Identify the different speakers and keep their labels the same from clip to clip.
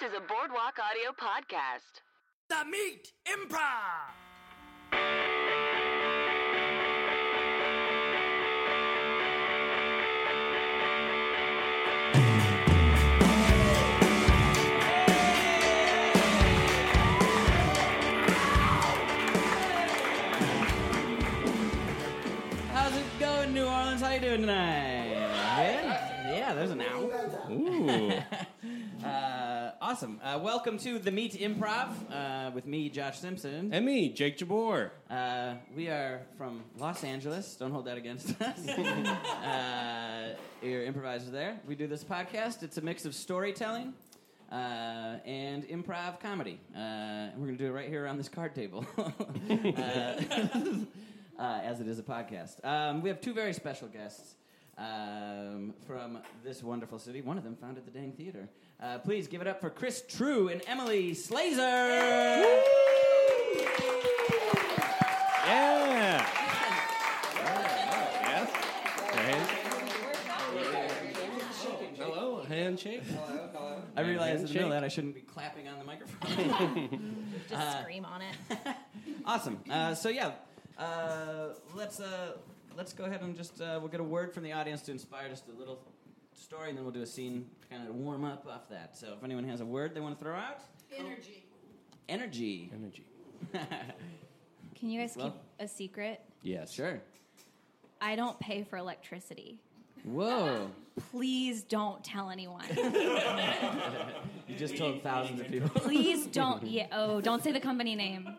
Speaker 1: to the Boardwalk Audio Podcast.
Speaker 2: The Meat Improv. How's it going, New Orleans? How you doing tonight? Good? Yeah, there's an owl. uh, awesome. Uh, welcome to the Meat Improv uh, with me, Josh Simpson.
Speaker 3: And me, Jake Jabor.
Speaker 2: Uh, we are from Los Angeles. Don't hold that against us. uh, your improvisers there. We do this podcast. It's a mix of storytelling uh, and improv comedy. Uh, and we're going to do it right here around this card table, uh, uh, as it is a podcast. Um, we have two very special guests um, from this wonderful city. One of them founded the dang theater. Uh, please give it up for Chris True and Emily Slazer.
Speaker 3: Yeah. Yes. Hello, handshake.
Speaker 2: I realized in the middle
Speaker 3: handshake.
Speaker 2: that I shouldn't be clapping on the microphone.
Speaker 4: Just scream on it.
Speaker 2: awesome. Uh, so yeah, uh, let's uh, let's go ahead and just uh, we'll get a word from the audience to inspire just a little story, and then we'll do a scene to kind of warm up off that. So if anyone has a word they want to throw out, energy, energy.
Speaker 3: Energy.
Speaker 4: Can you guys keep
Speaker 2: Well-
Speaker 4: a secret?
Speaker 3: Yes.
Speaker 2: Sure.
Speaker 4: I don't pay for electricity.
Speaker 2: Whoa!
Speaker 4: Please don't tell anyone.
Speaker 2: You just told thousands of people.
Speaker 4: Please don't. Yeah, oh, don't say the company name.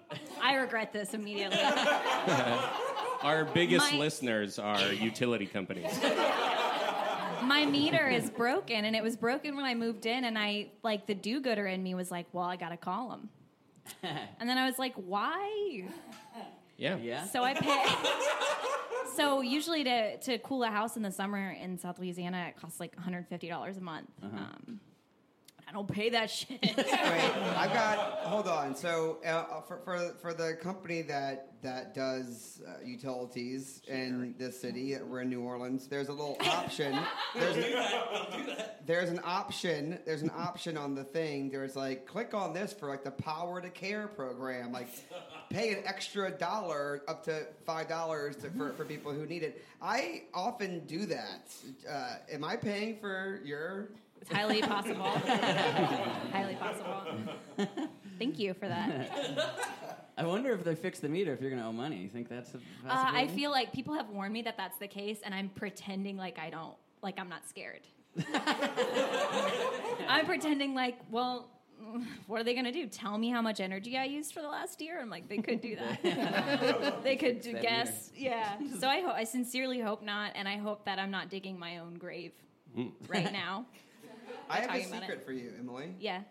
Speaker 4: I regret this immediately.
Speaker 3: Our biggest
Speaker 4: My-
Speaker 3: listeners are utility companies.
Speaker 4: My meter is broken, and it was broken when I moved in. And I, like, the do gooder in me was like, well, I got to call him. And then I was like, why?
Speaker 3: Yeah.
Speaker 2: Yeah.
Speaker 4: So I pay. so usually to, to cool a house in the summer in South Louisiana, it costs like $150 a month. Um, I don't pay that shit.
Speaker 5: Wait, I've got. Hold on. So uh, for for for the company that that does uh, utilities in this city, uh, we're in New Orleans. There's a little option. There's, there's an option. There's an option on the thing. There's like click on this for like the Power to Care program. Like pay an extra dollar up to five dollars to- for for people who need it. I often do that. Uh, am I paying for your?
Speaker 4: It's highly possible. highly possible. Thank you for that.
Speaker 2: I wonder if they fix the meter. If you're going to owe money, you think that's a possibility?
Speaker 4: Uh, I feel like people have warned me that that's the case, and I'm pretending like I don't, like I'm not scared. I'm pretending like, well, what are they going to do? Tell me how much energy I used for the last year? I'm like, they could do that. they could do
Speaker 2: that
Speaker 4: guess. Yeah. So I hope, I sincerely hope not, and I hope that I'm not digging my own grave right now.
Speaker 5: I have a
Speaker 4: talking about
Speaker 5: secret
Speaker 4: it.
Speaker 5: for you, Emily.
Speaker 4: Yeah.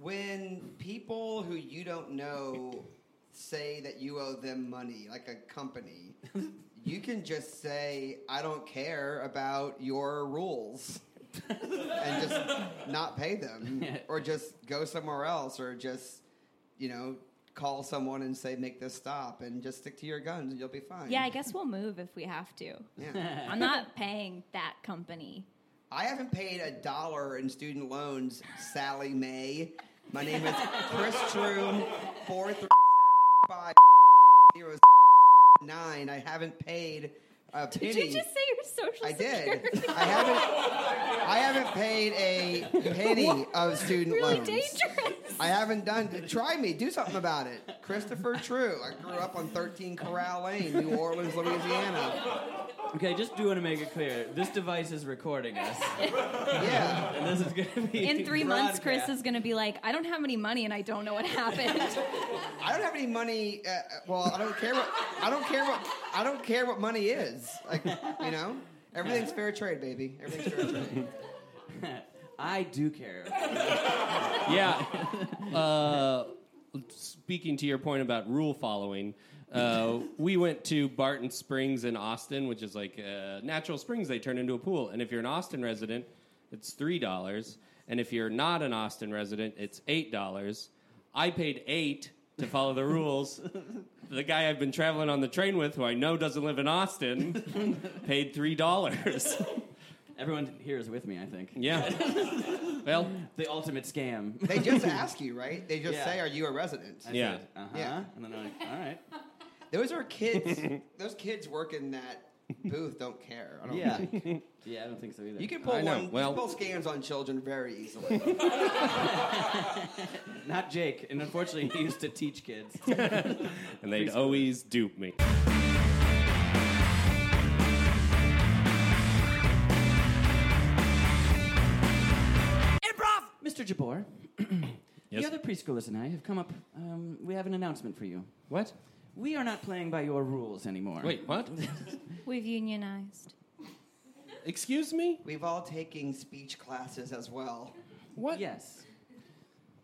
Speaker 5: when people who you don't know say that you owe them money, like a company, you can just say, I don't care about your rules. and just not pay them or just go somewhere else or just you know call someone and say make this stop and just stick to your guns and you'll be fine
Speaker 4: Yeah, I guess we'll move if we have to.
Speaker 5: yeah.
Speaker 4: I'm not paying that company.
Speaker 5: I haven't paid a dollar in student loans, Sally May. My name is Chris Troom, four three seven five zero six seven nine. I haven't paid a penny.
Speaker 4: Did you just say your social
Speaker 5: I did.
Speaker 4: security?
Speaker 5: I haven't. I haven't paid a penny of student
Speaker 4: really
Speaker 5: loans.
Speaker 4: dangerous.
Speaker 5: I haven't done. Try me. Do something about it. Christopher True. I grew up on 13 Corral Lane, New Orleans, Louisiana.
Speaker 2: okay, just do want to make it clear. This device is recording us,
Speaker 5: Yeah.
Speaker 2: and this is going to be
Speaker 4: In three months, Chris
Speaker 2: broadcast.
Speaker 4: is going to be like, I don't have any money and I don't know what happened.
Speaker 5: I don't have any money. Uh, uh, well, I don't care what I don't care what I don't care what money is. Like you know, everything's fair trade, baby. Everything's fair trade.
Speaker 2: I do care.
Speaker 3: Yeah. Uh, speaking to your point about rule following, uh, we went to Barton Springs in Austin, which is like uh, natural springs they turn into a pool. And if you're an Austin resident, it's three dollars. And if you're not an Austin resident, it's eight dollars. I paid eight to follow the rules. the guy I've been traveling on the train with, who I know doesn't live in Austin, paid three dollars.
Speaker 2: Everyone here is with me, I think.
Speaker 3: Yeah. well,
Speaker 2: The ultimate scam.
Speaker 5: They just ask you, right? They just
Speaker 2: Yeah.
Speaker 5: say, "Are you a resident?"
Speaker 2: I
Speaker 3: Yeah.
Speaker 2: said, uh-huh.
Speaker 5: Yeah.
Speaker 2: And then I'm like, all right.
Speaker 5: Those are kids. those kids working that booth don't care. I don't
Speaker 2: Yeah.
Speaker 5: think.
Speaker 2: Yeah, I don't think so either.
Speaker 5: You can pull
Speaker 3: I know.
Speaker 5: one. you can
Speaker 3: Well-
Speaker 5: pull scams on children very easily.
Speaker 2: Not Jake, and unfortunately, he used to teach kids.
Speaker 3: and they'd always dupe me.
Speaker 2: Improv! Mr. Jabor,
Speaker 3: Yes.
Speaker 2: the other preschoolers and I have come up. Um, we have an announcement for you.
Speaker 3: What?
Speaker 2: We are not playing by your rules anymore.
Speaker 3: Wait, what?
Speaker 4: We've unionized.
Speaker 3: Excuse me?
Speaker 5: We've all taken speech classes as well.
Speaker 3: What?
Speaker 2: Yes.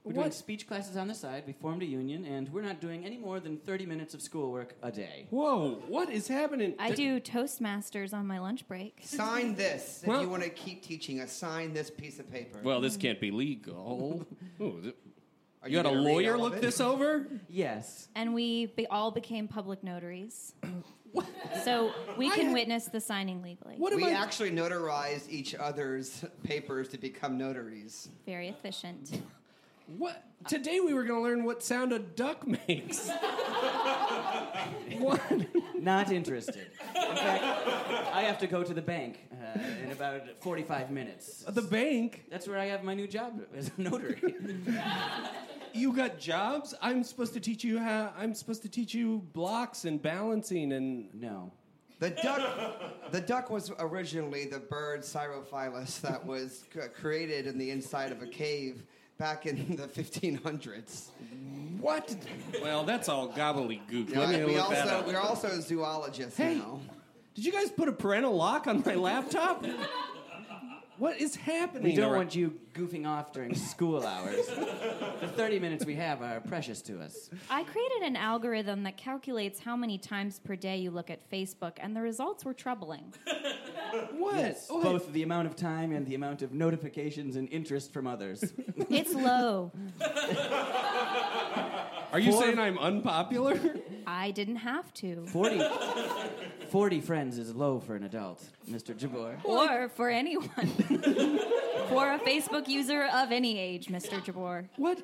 Speaker 2: We're doing
Speaker 3: What?
Speaker 2: speech classes on the side. We formed a union, and we're not doing any more than 30 minutes of schoolwork a day.
Speaker 3: Whoa, what is happening?
Speaker 4: I
Speaker 3: Th-
Speaker 4: do Toastmasters on my lunch break.
Speaker 5: Sign this if
Speaker 3: Well-
Speaker 5: you want to keep teaching us. Sign this piece of paper.
Speaker 3: Well, this can't be legal. Ooh, th-
Speaker 5: Are
Speaker 3: you had a
Speaker 5: gonna read
Speaker 3: lawyer
Speaker 5: all of
Speaker 3: look
Speaker 5: it?
Speaker 3: this over?
Speaker 2: Yes.
Speaker 4: And we be- all became public notaries. so we can
Speaker 3: ha-
Speaker 4: witness the signing legally.
Speaker 3: What am
Speaker 5: We
Speaker 3: I?
Speaker 5: actually notarized each other's papers to become notaries.
Speaker 4: Very efficient.
Speaker 3: what? Today we were going to learn what sound a duck makes. what?
Speaker 2: Not interested. In fact, I have to go to the bank uh, in about 45 minutes.
Speaker 3: The bank?
Speaker 2: That's where I have my new job as a notary.
Speaker 3: You got jobs? I'm supposed to teach you how. I'm supposed to teach you blocks and balancing and.
Speaker 2: no.
Speaker 5: The duck, the duck was originally the bird Cyrophilus that was c- created in the inside of a cave back in the 1500s.
Speaker 3: What? Well, that's all gobbledygook. Let me
Speaker 5: Uh,
Speaker 3: look
Speaker 5: we
Speaker 3: that
Speaker 5: also,
Speaker 3: up.
Speaker 5: we're also zoologists
Speaker 3: Hey.
Speaker 5: now.
Speaker 3: Did you guys put a parental lock on my laptop? what is happening?
Speaker 2: We don't
Speaker 3: around-
Speaker 2: want you goofing off during school hours. the 30 minutes we have are precious to us.
Speaker 4: I created an algorithm that calculates how many times per day you look at Facebook, and the results were troubling.
Speaker 3: What? What?
Speaker 2: Both the amount of time and the amount of notifications and interest from others.
Speaker 4: It's low.
Speaker 3: Are you
Speaker 2: Four-
Speaker 3: saying I'm unpopular?
Speaker 4: I didn't have to.
Speaker 2: 40, 40 friends is low for an adult, Mr. Jabor.
Speaker 4: Or for anyone. for a Facebook user of any age, Mr. Jabor.
Speaker 3: what?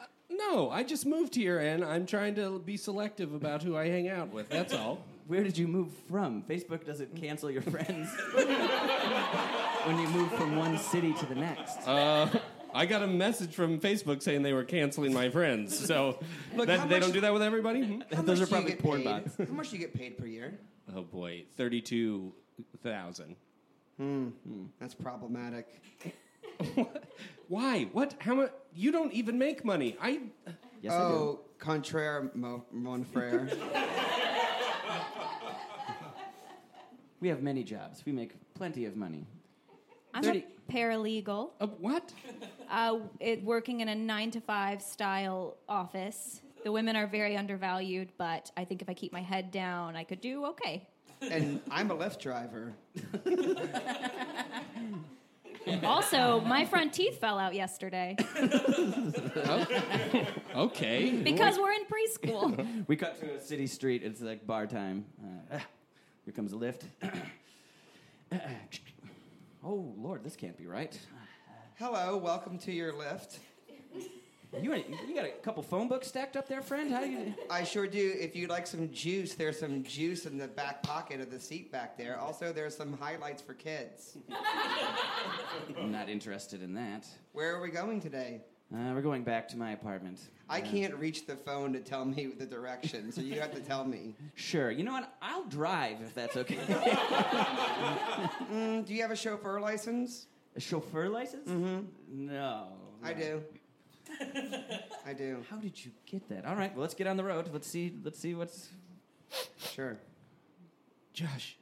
Speaker 3: Uh, No, I just moved here and I'm trying to be selective about who I hang out with. That's all.
Speaker 2: Where did you move from? Facebook doesn't cancel your friends when you move from one city to the next.
Speaker 3: I got a message from Facebook saying they were canceling my friends. So that-
Speaker 5: how
Speaker 3: they
Speaker 5: much-
Speaker 3: don't do that with everybody. Hmm?
Speaker 5: How
Speaker 2: Those
Speaker 5: much
Speaker 2: are
Speaker 5: do you
Speaker 2: probably
Speaker 5: get
Speaker 2: porn
Speaker 5: paid?
Speaker 2: bots.
Speaker 5: How much do you get paid per year?
Speaker 3: Oh boy, thirty-two thousand.
Speaker 5: That's problematic.
Speaker 3: Why? What? How much? You don't even make money. I.
Speaker 2: Yes, I do.
Speaker 5: Oh, contraire, mo- mon frere.
Speaker 2: We have many jobs. We make plenty of money.
Speaker 4: I'm
Speaker 2: Thirty-
Speaker 4: a paralegal,
Speaker 3: Uh, what?
Speaker 4: uh, it, working in a nine to five style office. The women are very undervalued, but I think if I keep my head down, I could do okay.
Speaker 5: and I'm a Lyft driver.
Speaker 4: Also, my front teeth fell out yesterday
Speaker 3: Okay.
Speaker 4: because we're in preschool.
Speaker 2: We cut to a city street. It's like bar time. Uh, ah, here comes a lift. oh, Lord, this can't be right.
Speaker 5: Hello, welcome to your Lyft.
Speaker 2: You, you got a couple phone books stacked up there, friend? How do you.
Speaker 5: I sure do. If you'd like some juice, there's some juice in the back pocket of the seat back there. Also, there's some highlights for kids.
Speaker 2: I'm not interested in that.
Speaker 5: Where are we going today?
Speaker 2: Uh, we're going back to my apartment.
Speaker 5: I
Speaker 2: Uh,
Speaker 5: can't reach the phone to tell me the direction, so you have to tell me.
Speaker 2: Sure. You know what? I'll drive if that's okay.
Speaker 5: Mm, do you have a chauffeur license?
Speaker 2: a chauffeur license? Mm-hmm. No.
Speaker 5: I do. I do.
Speaker 2: How did you get that? All right. Well, let's get on the road. Let's see. Let's see what's.
Speaker 5: Sure.
Speaker 3: Josh,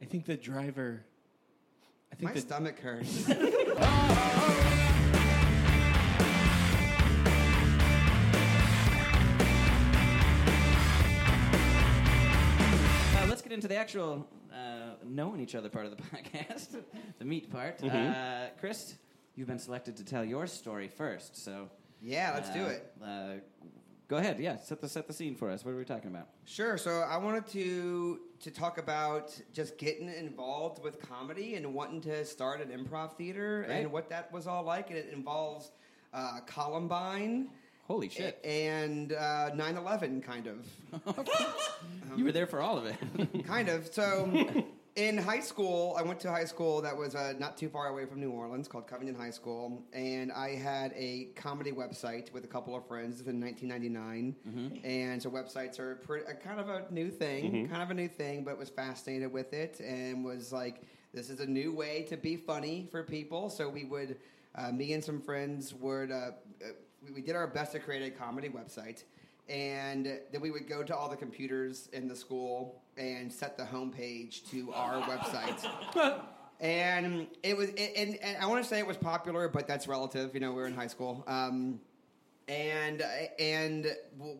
Speaker 3: I think the driver. I think
Speaker 5: My
Speaker 3: the
Speaker 5: stomach hurts.
Speaker 2: Uh, let's get into the actual uh, knowing each other part of the podcast, the meat part.
Speaker 5: Mm-hmm.
Speaker 2: Uh, Chris, you've been selected to tell your story first, so
Speaker 5: Yeah, let's do
Speaker 2: uh,
Speaker 5: it.
Speaker 2: Uh, Go ahead. Yeah, set the set the scene for us. What are we talking about?
Speaker 5: Sure. So I wanted to to talk about just getting involved with comedy and wanting to start an improv theater
Speaker 2: Great.
Speaker 5: and what that was all like. And it involves uh, Columbine
Speaker 2: Holy
Speaker 5: Eh,
Speaker 2: shit!
Speaker 5: and uh, 9/11, kind of,
Speaker 2: you
Speaker 5: um,
Speaker 2: were there for all of it.
Speaker 5: kind of. So. In high school, I went to a high school that was uh, not too far away from New Orleans called Covington High School, and I had a comedy website with a couple of friends in 1999.
Speaker 2: Mm-hmm.
Speaker 5: And so websites are pretty, uh, kind of a new thing, kind of a new thing, but was fascinated with it and was like, this is a new way to be funny for people. So we would, uh, me and some friends would, uh, uh, we- we did our best to create a comedy website. And then we would go to all the computers in the school and set the homepage to our website and it was it, and, and i want to say it was popular but that's relative you know we were in high school um, and and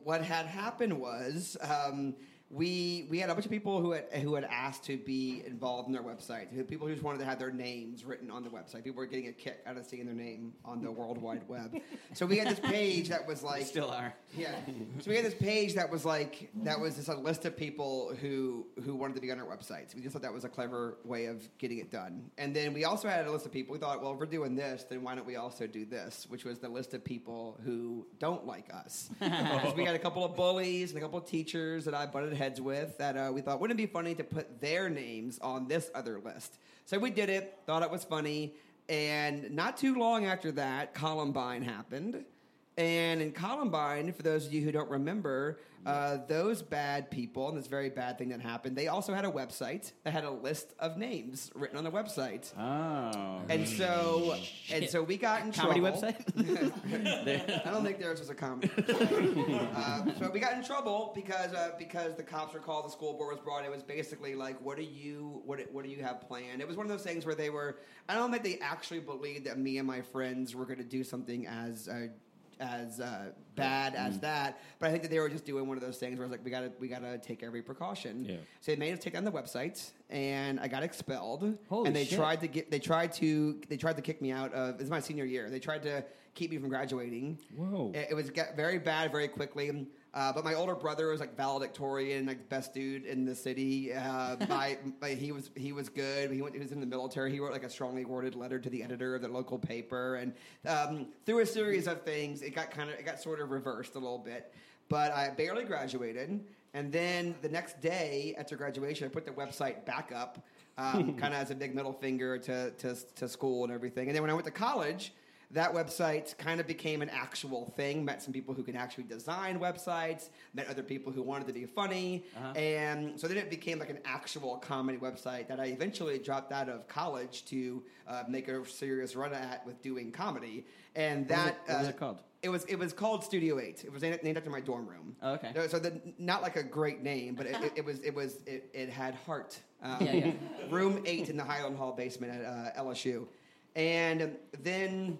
Speaker 5: what had happened was um, we we had a bunch of people who had who had asked to be involved in their website who- people who just wanted to have their names written on the website people were getting a kick out of seeing their name on the world wide web so we had this page that was like
Speaker 2: Still are.
Speaker 5: yeah. So we had this page that was like that was just a list of people who who wanted to be on our websites. We just thought that was a clever way of getting it done. And then we also had a list of people. We thought, well, if we're doing this, then why don't we also do this? Which was the list of people who don't like us. 'Cause we had a couple of bullies and a couple of teachers that I butted heads with that uh, we thought wouldn't it be funny to put their names on this other list. So we did it. Thought it was funny. And not too long after that, Columbine happened. And in Columbine, for those of you who don't remember, uh, those bad people and this very bad thing that happened, they also had a website that had a list of names written on the website.
Speaker 2: Oh.
Speaker 5: And so, and so we got in
Speaker 2: Comedy
Speaker 5: trouble.
Speaker 2: website? There-
Speaker 5: I don't think theirs was a comedy. uh, so we got in trouble because uh, because the cops were called, the school board was brought. It was basically like, what do you what what do you have planned? It was one of those things where they were. I don't think they actually believed that me and my friends were going to do something as. Uh, as uh, bad
Speaker 2: Mm.
Speaker 5: as that, but I think that they were just doing one of those things where it's like we gotta we gotta take every precaution.
Speaker 3: Yeah.
Speaker 5: So they made us take down the website, and I got expelled.
Speaker 2: Holy
Speaker 5: and they
Speaker 2: shit.
Speaker 5: tried to get they tried to they tried to kick me out of. It's my senior year. They tried to keep me from graduating.
Speaker 3: Whoa.
Speaker 5: It, it was got very bad very quickly. Uh, but my older brother was like valedictorian, like best dude in the city. Uh, my, my- he was he was good. He went. He was in the military. He wrote like a strongly worded letter to the editor of the local paper, and um, through a series of things, it got kind of it got sort of reversed a little bit. But I barely graduated, and then the next day after graduation, I put the website back up, um, kind of as a big middle finger to, to to school and everything. And then when I went to college that website kind of became an actual thing. Met some people who can actually design websites. Met other people who wanted to be funny,
Speaker 2: Uh-huh.
Speaker 5: and so then it became like an actual comedy website that I eventually dropped out of college to uh, make a serious run at with doing comedy. And
Speaker 2: was
Speaker 5: that
Speaker 2: it- what was
Speaker 5: uh,
Speaker 2: it called?
Speaker 5: It was it was called Studio Eight. It was named named after my dorm room.
Speaker 2: Oh, okay.
Speaker 5: No, So the, not like a great name, but it, it, it was it was it, it had heart. Um,
Speaker 2: Yeah, yeah.
Speaker 5: room eight in the Highland Hall basement at uh, LSU, and then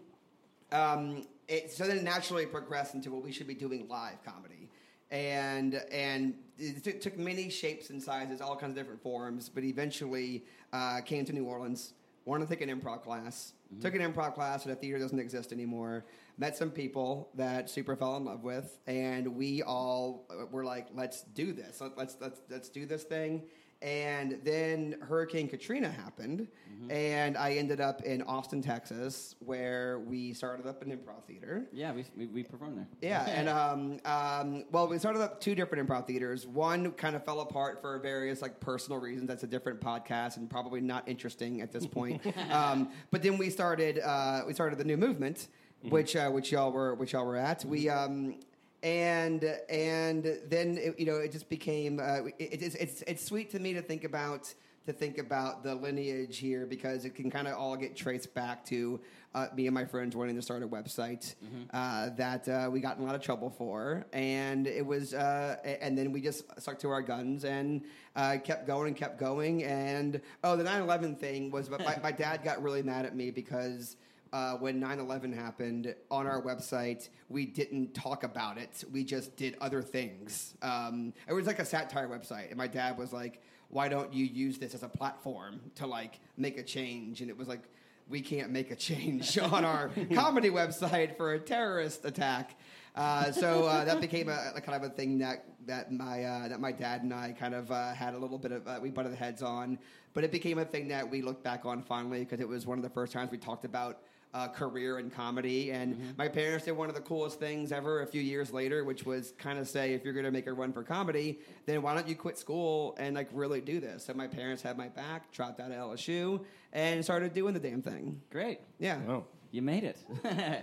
Speaker 5: um, it so then it naturally progressed into what we should be doing live comedy, and and it took- took many shapes and sizes, all kinds of different forms, but eventually uh, came to New Orleans. Wanted to take an improv class. Took an improv class at a theater that doesn't exist anymore. Met some people that super fell in love with, and we all uh, were like, "Let's do this. Let- Let's let's let's do this thing." And then Hurricane Katrina happened, and I ended up in Austin, Texas, where we started up an improv theater.
Speaker 2: yeah, we, we, we performed there.
Speaker 5: Yeah, and um, um, well, we started up two different improv theaters. One kind of fell apart for various like personal reasons. That's a different podcast and probably not interesting at this point. um, but then we started uh, we started the new movement, which uh, which y'all were which y'all were at. We um, and and then it, you know it just became uh, it, it's it's it's sweet to me to think about to think about the lineage here because it can kind of all get traced back to uh, me and my friends wanting to start a website uh, that uh, we got in a lot of trouble for, and it was, uh, a- and then we just stuck to our guns and uh, kept going and kept going. And oh, the 9/11 thing was, but my, my dad got really mad at me because uh, when 9-11 happened on our website we didn't talk about it we just did other things um, it was like a satire website and my dad was like why don't you use this as a platform to like make a change and it was like we can't make a change on our comedy website for a terrorist attack Uh, so uh, that became a, a kind of a thing that that my uh, that my dad and I kind of uh, had a little bit of uh, we butted heads on, but it became a thing that we looked back on fondly because it was one of the first times we talked about. Uh, career in comedy, and my parents did one of the coolest things ever a few years later, which was kind of say, if you're going to make a run for comedy, then why don't you quit school and like really do this? So my parents had my back, dropped out of LSU, and started doing the damn thing.
Speaker 2: Great.
Speaker 5: Yeah,
Speaker 3: Oh.
Speaker 2: You made it.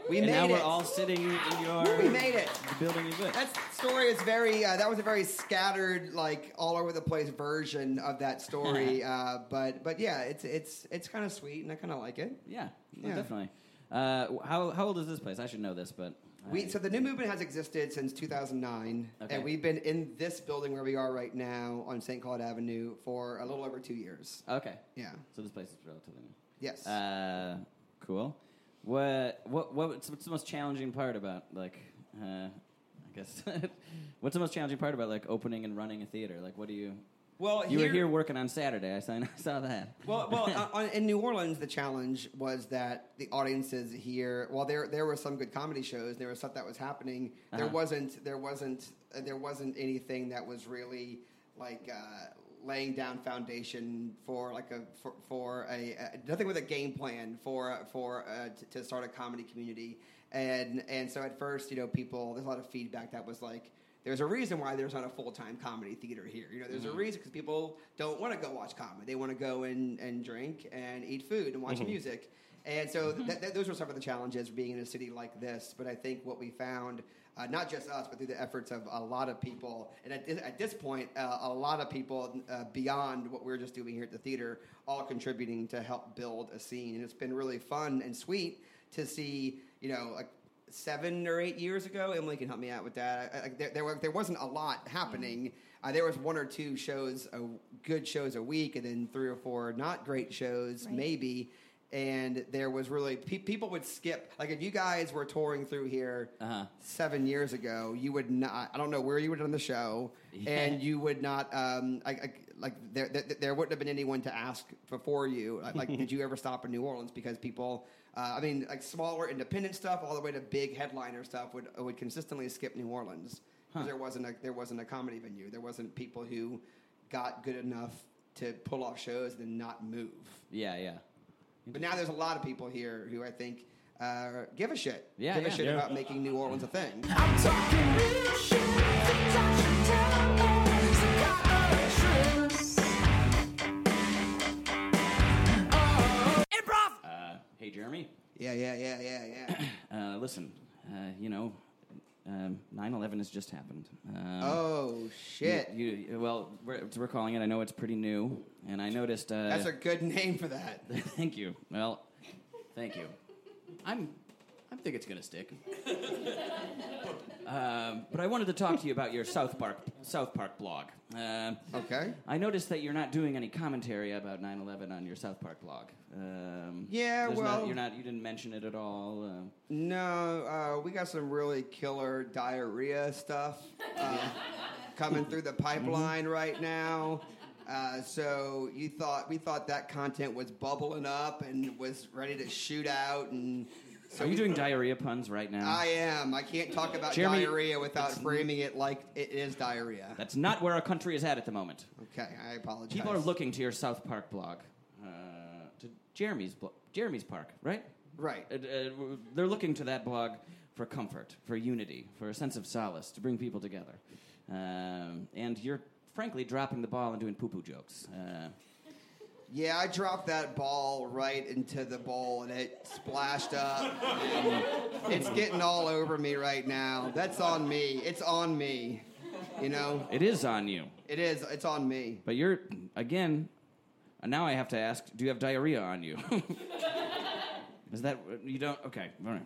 Speaker 5: We
Speaker 2: and now
Speaker 5: made
Speaker 2: we're
Speaker 5: it.
Speaker 2: all sitting in your
Speaker 5: we made it.
Speaker 2: the building you built.
Speaker 5: That story is very. Uh, that was a very scattered, like all over the place version of that story. uh, but but yeah, it's it's it's kind of sweet, and I kind of like it.
Speaker 2: Yeah, no,
Speaker 5: Yeah.
Speaker 2: definitely. Uh, w- how how old is this place? I should know this, but
Speaker 5: We
Speaker 2: I-
Speaker 5: so the new movement has existed since 2009,
Speaker 2: Okay.
Speaker 5: and we've been in this building where we are right now on St. Cloud Avenue for a little over two years.
Speaker 2: okay.
Speaker 5: Yeah.
Speaker 2: So this place is relatively new.
Speaker 5: Yes.
Speaker 2: Uh, cool. What what what? What's, what's the most challenging part about like? Uh, I guess what's the most challenging part about like opening and running a theater? Like, what do you?
Speaker 5: well,
Speaker 2: You were here working on Saturday. I saw, I saw that.
Speaker 5: well, well, uh, on, in New Orleans, the challenge was that the audiences here. While there there were some good comedy shows, there was stuff that was happening. There
Speaker 2: Uh-huh.
Speaker 5: wasn't there wasn't uh, there wasn't anything that was really like uh, laying down foundation for like a for, for a uh, nothing with a game plan for for uh, t- to start a comedy community. And and so at first, you know, people there's a lot of feedback that was like. There's a reason why there's not a full time comedy theater here. You know, there's a reason because people don't want to go watch comedy. They want to go and, and drink and eat food and watch music. And so th- th- those were some of the challenges being in a city like this. But I think what we found, uh, not just us, but through the efforts of a lot of people, and at, thi- at this point, uh, a lot of people uh, beyond what we are just doing here at the theater, all contributing to help build a scene. And it's been really fun and sweet to see, you know, like seven or eight years ago. Emily can help me out with that. I, I, there, there, were, there wasn't a lot
Speaker 2: Mm.
Speaker 5: happening. Uh, there was one or two shows, a, good shows a week, and then three or four not great shows,
Speaker 4: Right.
Speaker 5: maybe. And there was really pe- people would skip. Like if you guys were touring through here
Speaker 2: Uh-huh.
Speaker 5: seven years ago, you would not. I don't know where you would have done the show,
Speaker 2: Yeah.
Speaker 5: and you would not. Um, I, I, like there, there, there wouldn't have been anyone to ask before you. Like, like did you ever stop in New Orleans? Because people, uh, I mean, like smaller independent stuff, all the way to big headliner stuff, would would consistently skip New Orleans because there wasn't a there wasn't a comedy venue. There wasn't people who got good enough to pull off shows and then not move.
Speaker 2: Yeah, yeah.
Speaker 5: But now there's a lot of people here who I think uh, give a shit.
Speaker 2: Yeah,
Speaker 5: give
Speaker 2: yeah.
Speaker 5: a shit
Speaker 3: Yeah.
Speaker 5: about making New Orleans a thing.
Speaker 6: I'm talking real shit. Think I should tell psychiatrist. Oh. Improv.
Speaker 2: Uh, hey, Jeremy.
Speaker 5: Yeah, yeah, yeah, yeah, yeah.
Speaker 2: Uh, listen, uh, you know, um, 9-11 has just happened. Um,
Speaker 5: oh shit.
Speaker 2: You, you- well, we're, we're calling it. I know it's pretty new, and I noticed. Uh,
Speaker 5: That's a good name for that.
Speaker 2: thank you. Well, thank you. I'm. I think it's gonna stick. um, but I wanted to talk to you about your South Park South Park blog. Um,
Speaker 5: Okay.
Speaker 2: I noticed that you're not doing any commentary about 9/11 on your South Park blog. Um,
Speaker 5: Yeah,
Speaker 2: there's
Speaker 5: well-
Speaker 2: not, you're not. You didn't mention it at all. Uh,
Speaker 5: No, uh, we got some really killer diarrhea stuff uh, coming through
Speaker 2: Mm-hmm.
Speaker 5: the pipeline right now. Uh, so you thought we thought that content was bubbling up and was ready to shoot out, and so
Speaker 2: are you
Speaker 5: we-
Speaker 2: doing diarrhea puns right now?
Speaker 5: I am. I can't talk about
Speaker 2: Jeremy,
Speaker 5: diarrhea without framing it like it is diarrhea.
Speaker 2: That's not where our country is at at the moment.
Speaker 5: Okay, I apologize.
Speaker 2: People are looking to your South Park blog, uh, to Jeremy's blo- Jeremy's Park, right?
Speaker 5: right.
Speaker 2: Uh, uh, they're looking to that blog for comfort, for unity, for a sense of solace, to bring people together. Um, and you're frankly dropping the ball and doing poo-poo jokes. Uh,
Speaker 5: Yeah, I dropped that ball right into the bowl and it splashed up. And it's getting all over me right now. That's on me. It's on me. You know,
Speaker 2: it is on you,
Speaker 5: it is. It's on me.
Speaker 2: but you're again. And now I have to ask: Do you have diarrhea on you? is that you don't? Okay, all right,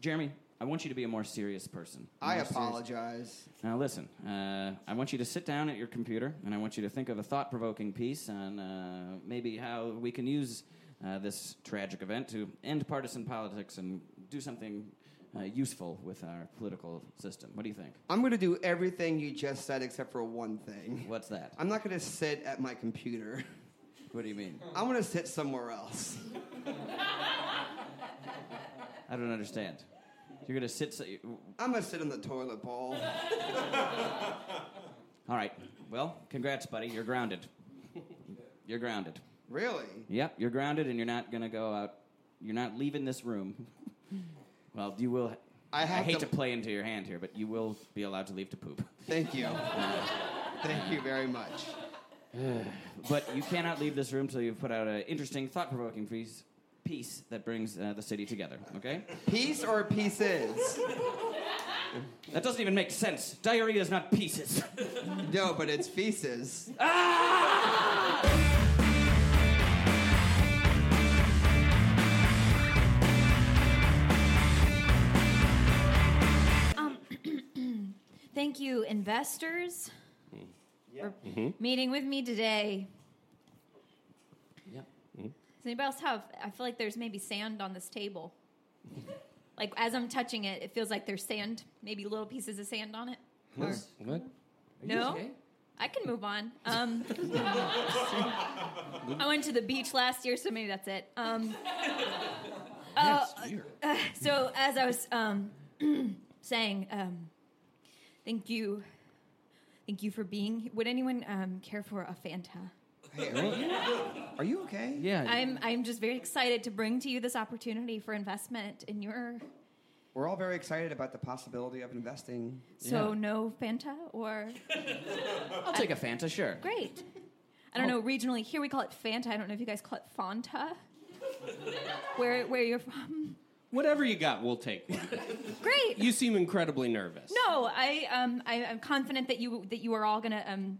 Speaker 2: Jeremy. I want you to be a more serious person. A
Speaker 5: I
Speaker 2: more serious-
Speaker 5: apologize.
Speaker 2: Now listen, uh, I want you to sit down at your computer, and I want you to think of a thought-provoking piece on uh, maybe how we can use uh, this tragic event to end partisan politics and do something uh, useful with our political system. What do you think?
Speaker 5: I'm going to do everything you just said except for one thing.
Speaker 2: What's that?
Speaker 5: I'm not going to sit at my computer.
Speaker 2: What do you mean?
Speaker 5: I'm going to sit somewhere else.
Speaker 2: I don't understand. You're gonna sit. s-
Speaker 5: I'm gonna sit in the toilet bowl.
Speaker 2: All right. Well, congrats, buddy. You're grounded. You're grounded.
Speaker 5: Really?
Speaker 2: Yep, you're grounded, and you're not gonna go out. You're not leaving this room. well, you will.
Speaker 5: I
Speaker 2: I
Speaker 5: have
Speaker 2: hate to
Speaker 5: to.
Speaker 2: play into your hand here, but you will be allowed to leave to poop.
Speaker 5: Thank you. Thank you very much.
Speaker 2: But you cannot leave this room till you've put out an interesting, thought-provoking piece, piece that brings uh, the city together. Okay?
Speaker 5: Peace or pieces?
Speaker 2: That doesn't even make sense. Diarrhea is not pieces.
Speaker 5: No, but it's feces.
Speaker 4: Thank you, investors, for meeting with me today.
Speaker 2: Yep.
Speaker 4: Does anybody else have? I feel like there's maybe sand on this table. like as I'm touching it, it feels like there's sand, maybe little pieces of sand on it.
Speaker 3: What?
Speaker 4: No, I can move on. Um, I went to the beach last year, so maybe that's it. Um, uh, uh, so as I was um, saying, um, thank you, thank you for being. he- Would anyone um, care for a Fanta?
Speaker 5: Are you okay?
Speaker 2: Yeah.
Speaker 4: I'm I'm just very excited to bring to you this opportunity for investment in your.
Speaker 5: We're all very excited about the possibility of investing.
Speaker 4: So
Speaker 2: Yeah.
Speaker 4: no Fanta or
Speaker 2: I'll take a Fanta, sure.
Speaker 4: great. I
Speaker 3: Oh.
Speaker 4: don't know. Regionally, here we call it Fanta. I don't know if you guys call it Fanta. where where you're from?
Speaker 3: Whatever you got, we'll take. one.
Speaker 4: Great.
Speaker 3: You seem incredibly nervous.
Speaker 4: No, I um I, I'm confident that you that you are all gonna um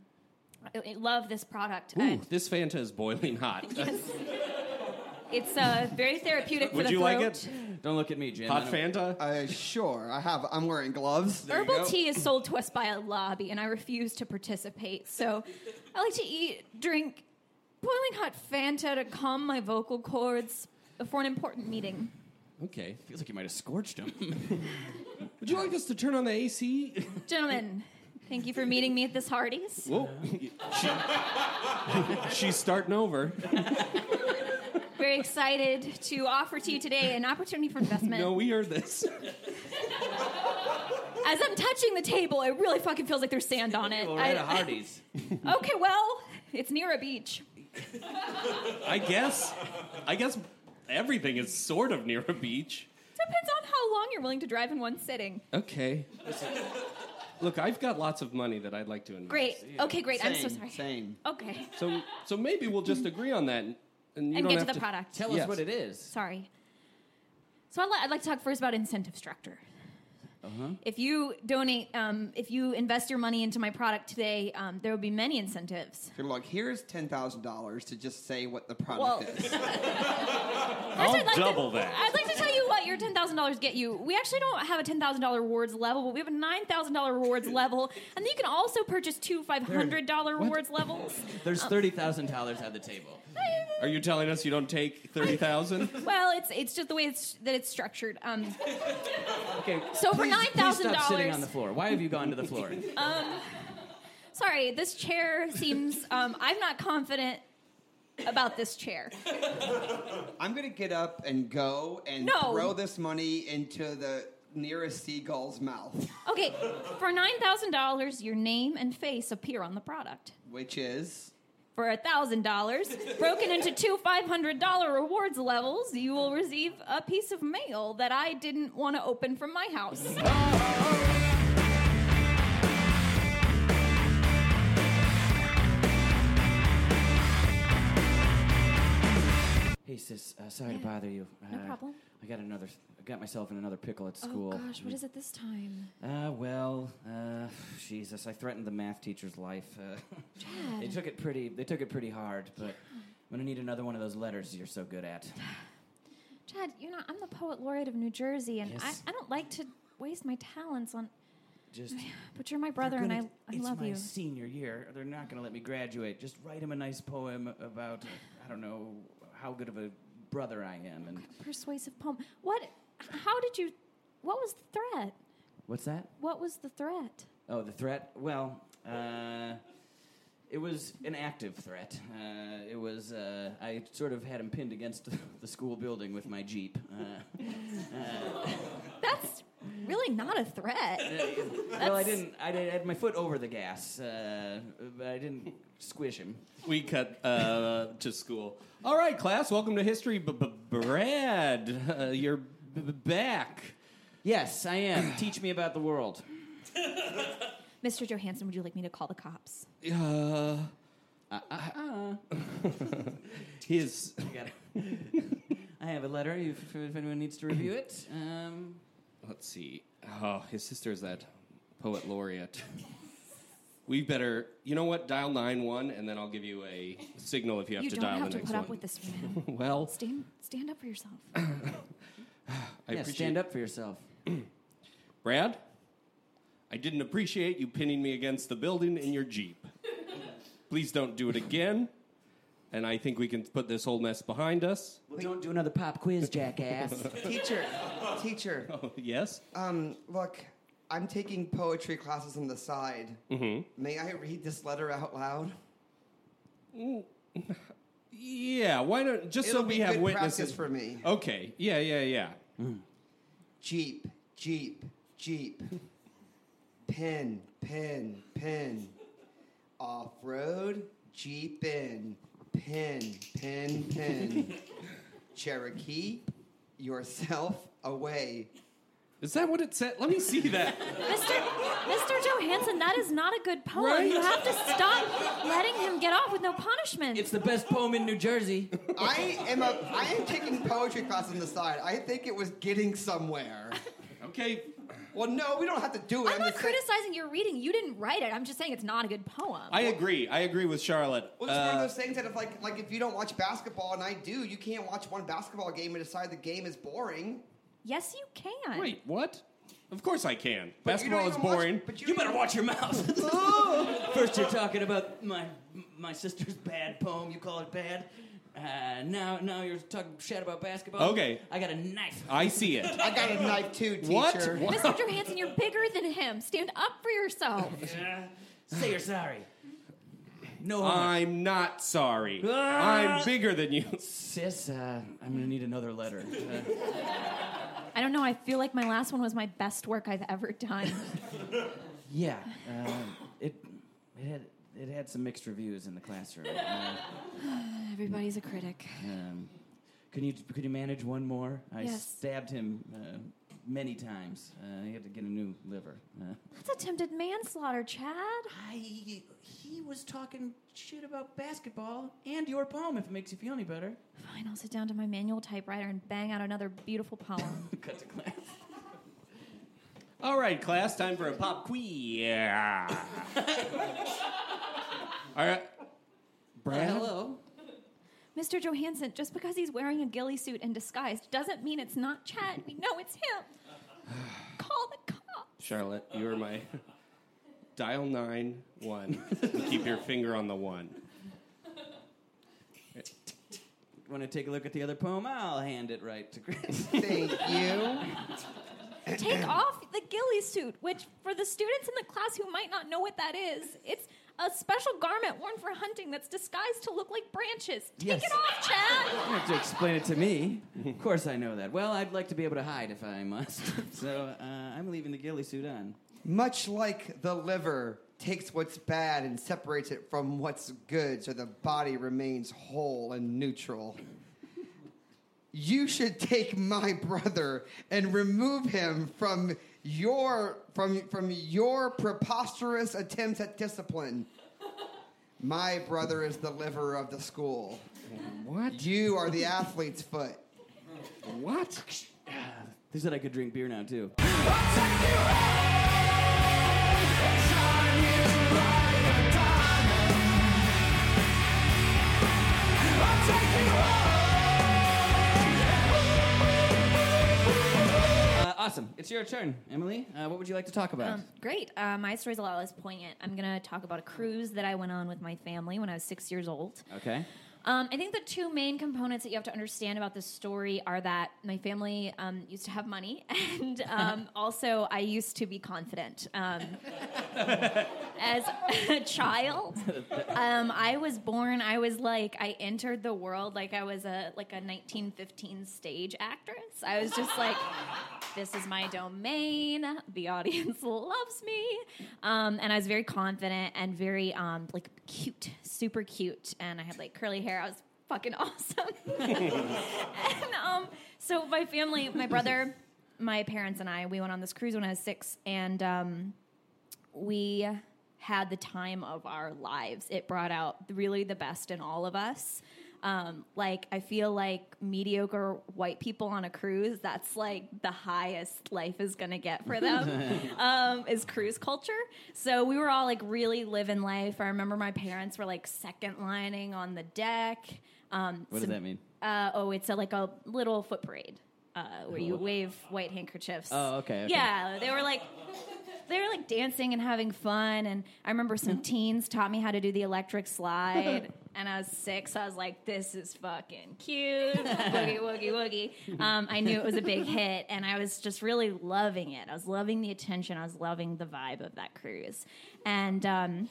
Speaker 4: uh, love this product. Uh,
Speaker 3: Ooh,
Speaker 4: and
Speaker 3: this Fanta is boiling hot.
Speaker 4: It's uh, very therapeutic for
Speaker 3: Would
Speaker 4: the
Speaker 3: you
Speaker 4: throat.
Speaker 3: like it?
Speaker 2: Don't look at me, Jim.
Speaker 3: Hot
Speaker 2: I don't-
Speaker 3: Fanta?
Speaker 5: Uh, sure. I have. I'm wearing gloves. There you
Speaker 4: Herbal
Speaker 5: go.
Speaker 4: tea is sold to us by a lobby, and I refuse to participate. So I like to eat, drink boiling hot Fanta to calm my vocal cords before an important meeting.
Speaker 3: Okay.
Speaker 2: Feels like you might have scorched him.
Speaker 3: Would you like us to turn on the AC?
Speaker 4: Gentlemen, thank you for meeting me at this Hardee's.
Speaker 3: Whoa. she, she's starting over.
Speaker 4: Very excited to offer to you today an opportunity for investment.
Speaker 3: No, we heard this.
Speaker 4: As I'm touching the table, it really fucking feels like there's sand on it.
Speaker 2: Well,
Speaker 4: I-
Speaker 2: we're at a Hardee's.
Speaker 4: Okay, well, it's near a beach.
Speaker 3: I guess. I guess everything is sort of near a beach.
Speaker 4: Depends on how long you're willing to drive in one sitting.
Speaker 3: Okay. Look, I've got lots of money that I'd like to invest.
Speaker 4: Great. Okay, great. I'm so
Speaker 2: Same,
Speaker 4: sorry.
Speaker 2: Same.
Speaker 4: Okay.
Speaker 3: So, so maybe we'll just agree on that, and, and you
Speaker 4: And
Speaker 3: don't
Speaker 4: get to
Speaker 3: have
Speaker 4: the product.
Speaker 2: Tell
Speaker 3: Yes.
Speaker 2: us what it is.
Speaker 4: sorry. So I'd, li- I'd like to talk first about incentive structure.
Speaker 3: Uh-huh.
Speaker 4: If you donate, um, if you invest your money into my product today, um, there will be many incentives.
Speaker 5: You're like, here's ten thousand dollars to just say what the product
Speaker 4: Well-
Speaker 5: is.
Speaker 4: First,
Speaker 3: I'll
Speaker 4: I'd like to-
Speaker 3: Oh, double that.
Speaker 4: I'd like to tell you what your ten thousand dollars get you. We actually don't have a ten thousand dollar rewards level, but we have a nine thousand dollar rewards level, and you can also purchase two five hundred dollar rewards levels.
Speaker 2: There's thirty thousand dollars at the table.
Speaker 3: Are you telling us you don't take thirty thousand?
Speaker 4: Well, it's it's just the way it's that it's structured. Um,
Speaker 2: Okay.
Speaker 4: So for
Speaker 2: please- please stop sitting
Speaker 4: $9,000
Speaker 2: on the floor. Why have you gone to the floor?
Speaker 4: sorry, this chair seems. Um, I'm not confident about this chair.
Speaker 5: I'm gonna get up and go and
Speaker 4: No.
Speaker 5: throw this money into the nearest seagull's mouth,
Speaker 4: Okay, for nine thousand dollars, your name and face appear on the product.
Speaker 5: which is
Speaker 4: For thousand dollars, broken into two five hundred dollar rewards levels, you will receive a piece of mail that I didn't want to open from my house.
Speaker 2: hey sis, uh, sorry to bother you. Uh,
Speaker 4: No problem.
Speaker 2: I got another. I got myself in another pickle at school.
Speaker 4: Oh gosh, what is it this time?
Speaker 2: Uh, well, uh, Jesus, I threatened the math teacher's life. Uh, they took it pretty. They took it pretty hard, but. I'm gonna need another one of those letters you're so good at.
Speaker 4: Chad, you know I'm the poet laureate of New Jersey, and
Speaker 2: Yes.
Speaker 4: I, I don't like to waste my talents on.
Speaker 2: Just
Speaker 4: But you're my brother,
Speaker 2: They're
Speaker 4: and I,
Speaker 2: gonna-
Speaker 4: I
Speaker 2: it's
Speaker 4: love
Speaker 2: my
Speaker 4: you.
Speaker 2: senior year. They're not going to let me graduate. Just write him a nice poem about uh, I don't know how good of a brother I am. And
Speaker 4: Persuasive poem. What? How did you? What was the threat?
Speaker 2: what's that?
Speaker 4: What was the threat?
Speaker 2: Oh, the threat. Well, uh, It was an active threat. Uh, it was uh, I sort of had him pinned against the school building with my jeep. Uh,
Speaker 4: That's really not a threat.
Speaker 2: well, I didn't. I did, I had my foot over the gas, uh, but I didn't squish him.
Speaker 3: We cut uh, to school. All right, class, welcome to history. B- b- Brad, uh, you're b- b- back.
Speaker 2: Yes, I am. Teach me about the world.
Speaker 4: Mr. Johansson, would you like me to call the cops?
Speaker 3: Uh, his
Speaker 2: I got it. I have a letter if, if anyone needs to review it. Um,
Speaker 3: let's see. Oh, his sister's that poet laureate. We better, you know what? Dial nine one, and then I'll give you a signal if you have
Speaker 4: you
Speaker 3: to
Speaker 4: don't
Speaker 3: dial
Speaker 4: have
Speaker 3: the
Speaker 4: to
Speaker 3: next
Speaker 4: put
Speaker 3: one.
Speaker 4: up with this man.
Speaker 3: well,
Speaker 4: Stand, stand up for yourself.
Speaker 3: I
Speaker 2: yeah,
Speaker 3: appreciate
Speaker 2: stand up for yourself.
Speaker 3: Brad, I didn't appreciate you pinning me against the building in your Jeep. Please don't do it again. And I think we can put this whole mess behind us.
Speaker 2: Well, don't do another pop quiz, jackass.
Speaker 5: teacher, teacher.
Speaker 3: Oh, yes?
Speaker 5: Um, look, I'm taking poetry classes on the side. Mm-hmm. May I read this letter out loud?
Speaker 3: Yeah, why don't, just
Speaker 5: It'll
Speaker 3: so
Speaker 5: be
Speaker 3: we have
Speaker 5: good
Speaker 3: witnesses.
Speaker 5: practice for me.
Speaker 3: Okay, yeah, yeah, yeah.
Speaker 5: Jeep, Jeep, Jeep. Pin, pin, pin. Off road, Jeep in. Pin, pin, pin. Cherokee, yourself away.
Speaker 3: Is that what it said? Let me see that.
Speaker 4: Mr. Mr. Johansson, that is not a good poem.
Speaker 3: Right?
Speaker 4: You have to stop letting him get off with no punishment.
Speaker 2: it's the best poem in New Jersey.
Speaker 5: I am a I am taking poetry class on the side. I think it was getting somewhere.
Speaker 3: okay,
Speaker 5: Well, no, we don't have to do it.
Speaker 4: I'm not
Speaker 5: just saying-
Speaker 4: criticizing your reading. You didn't write it. I'm just saying it's not a good poem.
Speaker 3: I agree. I agree with Charlotte.
Speaker 5: Well, it's one
Speaker 3: Uh,
Speaker 5: of those things that if like like if you don't watch basketball and I do, you can't watch one basketball game and decide the game is boring.
Speaker 4: yes, you can.
Speaker 3: Uh, wait, what? Of course I can.
Speaker 5: But you don't
Speaker 3: Basketball is
Speaker 5: even watch-
Speaker 3: boring.
Speaker 5: but you,
Speaker 2: You
Speaker 5: don't
Speaker 2: better
Speaker 5: even-
Speaker 2: watch your mouth. First, you're talking about my my sister's bad poem. You call it bad. Uh, now, now you're talking shit about basketball.
Speaker 3: Okay.
Speaker 2: I got a knife.
Speaker 3: I see it.
Speaker 5: I got a knife too, teacher.
Speaker 3: What?
Speaker 4: Mr. Johansson, you're bigger than him. Stand up for yourself.
Speaker 2: Say you're sorry. No
Speaker 3: Oh Uh,
Speaker 2: harm.
Speaker 3: I'm not sorry.
Speaker 2: Ah.
Speaker 3: I'm bigger than you.
Speaker 2: Sis, uh, I'm gonna need another letter. Uh,
Speaker 4: I don't know. I feel like my last one was my best work I've ever done.
Speaker 2: yeah, uh, it it had it had some mixed reviews in the classroom. Uh,
Speaker 4: Everybody's a critic.
Speaker 2: um, can you could you manage one more? I
Speaker 4: Yes.
Speaker 2: stabbed him uh, many times. Uh, he had to get a new liver. Uh,
Speaker 4: That's attempted manslaughter, Chad.
Speaker 2: I, he was talking shit about basketball and your poem, if it makes you feel any better.
Speaker 4: Fine, I'll sit down to my manual typewriter and bang out another beautiful poem.
Speaker 2: Cut to class.
Speaker 3: All right, class, time for a pop quiz. Yeah. All right. Brad?
Speaker 2: Uh, hello.
Speaker 4: Mr. Johansson, just because he's wearing a ghillie suit and disguised doesn't mean it's not Chad. We know it's him. Call the cops.
Speaker 3: Charlotte, you are my dial 9 1. Keep your finger on the 1.
Speaker 2: Want to take a look at the other poem? I'll hand it right to Chris.
Speaker 5: Thank you.
Speaker 4: Take off the ghillie suit, which, for the students in the class who might not know what that is, it's a special garment worn for hunting that's disguised to look like branches. Take
Speaker 2: Yes.
Speaker 4: it off, Chad.
Speaker 2: You have to explain it to me. Of course, I know that. Well, I'd like to be able to hide if I must. so uh, I'm leaving the ghillie suit on.
Speaker 5: Much like the liver takes what's bad and separates it from what's good so the body remains whole and neutral. You should take my brother and remove him from your from from your preposterous attempts at discipline. My brother is the liver of the school.
Speaker 3: What?
Speaker 5: You are the athlete's foot.
Speaker 3: What?
Speaker 2: They said I could drink beer now too. Uh, Uh, awesome. It's your turn, Emily. Uh, what would you like to talk about?
Speaker 4: Um, great. Uh, my story's a lot less poignant. I'm going to talk about a cruise that I went on with my family when I was six years old.
Speaker 2: okay.
Speaker 4: Um, I think the two main components that you have to understand about this story are that my family um, used to have money, and um, also I used to be confident. Um, as a child. Um, I was born. I was like I entered the world like I was a like a 1915 stage actress. I was just like, this is my domain. The audience loves me, um, and I was very confident and very um, like cute, super cute. And I had like curly hair. I was fucking awesome. and um, so my family, my brother, my parents, and I, we went on this cruise when I was six, and um, we had the time of our lives. It brought out really the best in all of us. Um, like I feel like mediocre white people on a cruise. That's like the highest life is gonna get for them um, is cruise culture. So we were all like really living life. I remember my parents were like second lining on the deck. Um,
Speaker 2: What
Speaker 4: so-
Speaker 2: does that mean?
Speaker 4: uh, oh, it's a, like a little foot parade uh, where you wave white handkerchiefs.
Speaker 2: Oh, okay, okay.
Speaker 4: Yeah, they were like they were like dancing and having fun. And I remember
Speaker 2: Mm-hmm.
Speaker 4: some teens taught me how to do the electric slide. And I was six. I was like, "This is fucking cute, woogie woogie woogie." Um, I knew it was a big hit, and I was just really loving it. I was loving the attention. I was loving the vibe of that cruise, and. Um,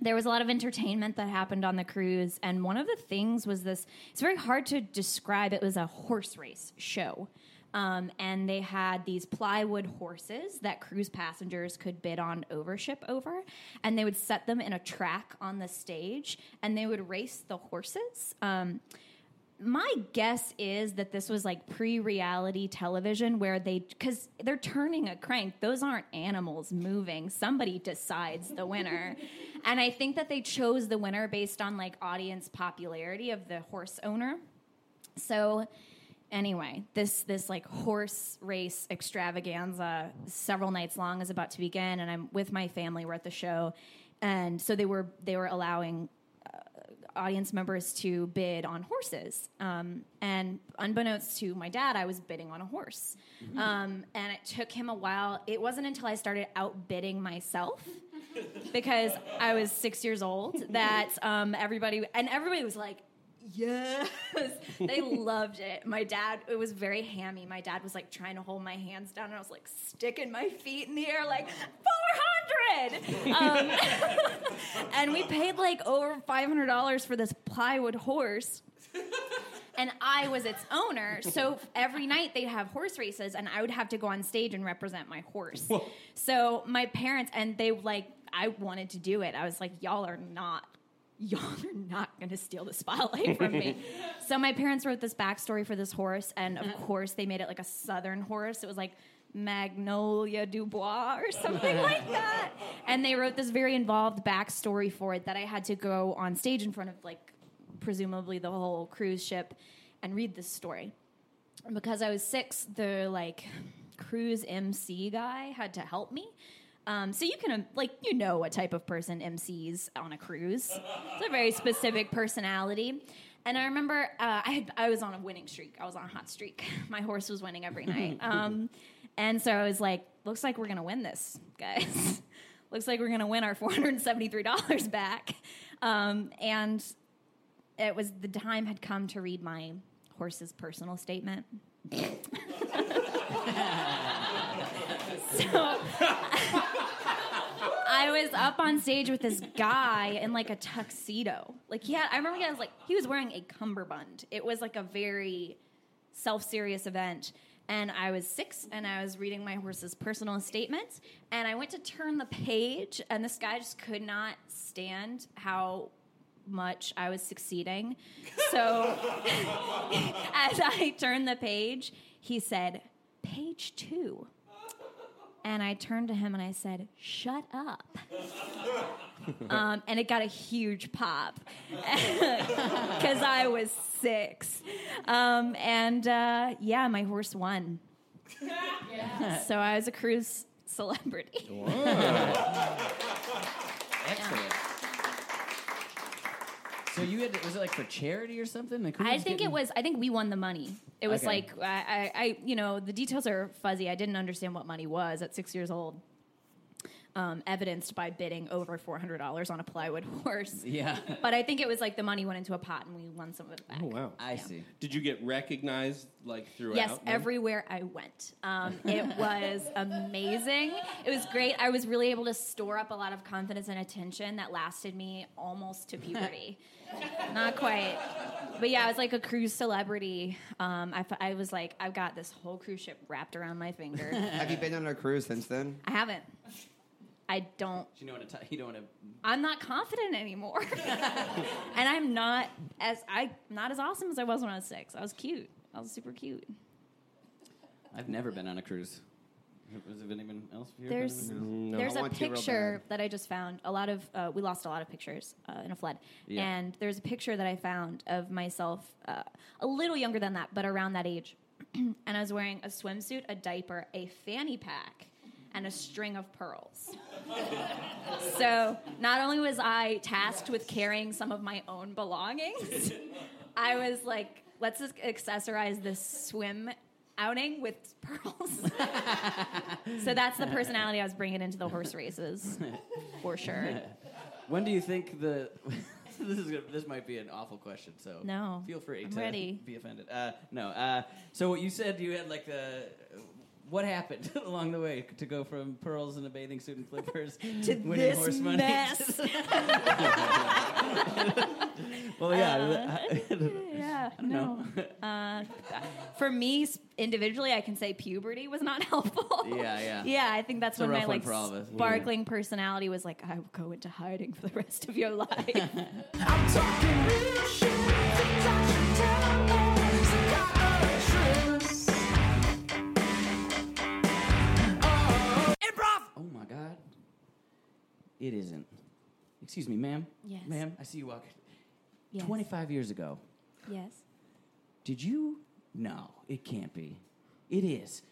Speaker 4: there was a lot of entertainment that happened on the cruise and one of the things was this it's very hard to describe it was a horse race show um, and they had these plywood horses that cruise passengers could bid on overship over and they would set them in a track on the stage and they would race the horses um, my guess is that this was like pre-reality television where they because they're turning a crank those aren't animals moving somebody decides the winner and i think that they chose the winner based on like audience popularity of the horse owner so anyway, this this like horse race extravaganza several nights long is about to begin and I'm with my family, we're at the show. And so they were they were allowing uh, audience members to bid on horses. Um, and unbeknownst to my dad, I was bidding on a horse. Um, and it took him a while. It wasn't until I started outbidding myself because I was six years old that um, everybody and everybody was like, yes, they loved it. My dad, it was very hammy. My dad was like trying to hold my hands down, and I was like sticking my feet in the air, like four hundred. Um, and we paid like over five hundred dollars for this plywood horse and I was its owner. So every night they'd have horse races, and I would have to go on stage and represent my horse. So my parents and they like I wanted to do it. I was like, y'all are not. Y'all are not going to steal the spotlight from me. so my parents wrote this backstory for this horse, and of course they made it like a southern horse. It was like Magnolia Dubois or something like that. And they wrote this very involved backstory for it that I had to go on stage in front of like presumably the whole cruise ship and read this story. And because I was six, the like cruise MC guy had to help me. Um, so you can um, like you know what type of person MCs on a cruise. It's a very specific personality. And I remember uh, I had I was on a winning streak. I was on a hot streak. My horse was winning every night. Um, and so I was like, looks like we're gonna win this, guys. looks like we're gonna win our four hundred seventy three dollars back. Um, and it was the time had come to read my horse's personal statement. so I was up on stage with this guy in like a tuxedo. Like he had I remember he was like he was wearing a cummerbund. It was like a very self serious event. And I was six and I was reading my horse's personal statement. And I went to turn the page, and this guy just could not stand how much I was succeeding. So as I turned the page, he said, Page two. And I turned to him and I said, Shut up. um, and it got a huge pop because I was six. Um, and uh, yeah, my horse won. So I was a cruise celebrity.
Speaker 2: Excellent. So you had was it like for charity or something? Like, who
Speaker 4: I think
Speaker 2: getting-
Speaker 4: it was. I think we won the money. It was
Speaker 2: Okay.
Speaker 4: like I, I, I, you know, the details are fuzzy. I didn't understand what money was at six years old. um, evidenced by bidding over four hundred dollars on a plywood horse.
Speaker 2: Yeah.
Speaker 4: But I think it was like the money went into a pot and we won some of it back.
Speaker 3: Oh wow!
Speaker 2: I see.
Speaker 3: Did you get recognized like throughout?
Speaker 4: Yes,
Speaker 3: then?
Speaker 4: everywhere I went. Um, it was amazing. It was great. I was really able to store up a lot of confidence and attention that lasted me almost to puberty. Not quite. But yeah, I was like a cruise celebrity. Um, I, f- I was like, I've got this whole cruise ship wrapped around my finger.
Speaker 5: Have you been on a cruise since then?
Speaker 4: I haven't. I don't.
Speaker 2: You don't want to. You don't want
Speaker 4: I'm not confident anymore, and I'm not as I not as awesome as I was when I was six. I was cute. I was super cute.
Speaker 2: to. I've never been on a cruise. Has there been anyone else here? been
Speaker 4: There's
Speaker 2: on a cruise?
Speaker 4: there's
Speaker 5: Mm, I
Speaker 4: a
Speaker 5: want to real
Speaker 4: picture that I just found. A lot of uh, we lost a lot of pictures uh, in a flood,
Speaker 2: Yeah.
Speaker 4: and there's a picture that I found of myself uh, a little younger than that, but around that age, and I was wearing a swimsuit, a diaper, a fanny pack, and a string of pearls. so not only was I tasked with carrying some of my own belongings, I was like, let's just accessorize this swim. Outing with pearls. So that's the personality I was bringing into the horse races, for sure.
Speaker 2: When do you think the? this is gonna, this might be an awful question. So
Speaker 4: No.
Speaker 2: feel free
Speaker 4: I'm
Speaker 2: to
Speaker 4: ready.
Speaker 2: be offended. Uh, no. Uh, so what you said you had like the. What happened along the way to go from pearls and a bathing suit and flippers
Speaker 4: To
Speaker 2: winning
Speaker 4: this
Speaker 2: horse money?
Speaker 4: mess.
Speaker 2: well, yeah.
Speaker 4: yeah,
Speaker 2: no.
Speaker 4: Uh, no. Uh, for me s- individually, I can say puberty was not helpful.
Speaker 2: Yeah, yeah.
Speaker 4: Yeah, I think that's
Speaker 2: a
Speaker 4: when my
Speaker 2: rough one
Speaker 4: like
Speaker 2: for all of us. Yeah.
Speaker 4: sparkling personality was like, I will go into hiding for the rest of your life.
Speaker 6: I'm talking real shit. Things I should tell a man. So got a truth.
Speaker 2: Oh my God. It isn't. Excuse me, ma'am.
Speaker 4: Yes.
Speaker 2: Ma'am, I see you walking.
Speaker 4: yes.
Speaker 2: 25 years ago,
Speaker 4: Yes.
Speaker 2: did you? No, it can't be. It is.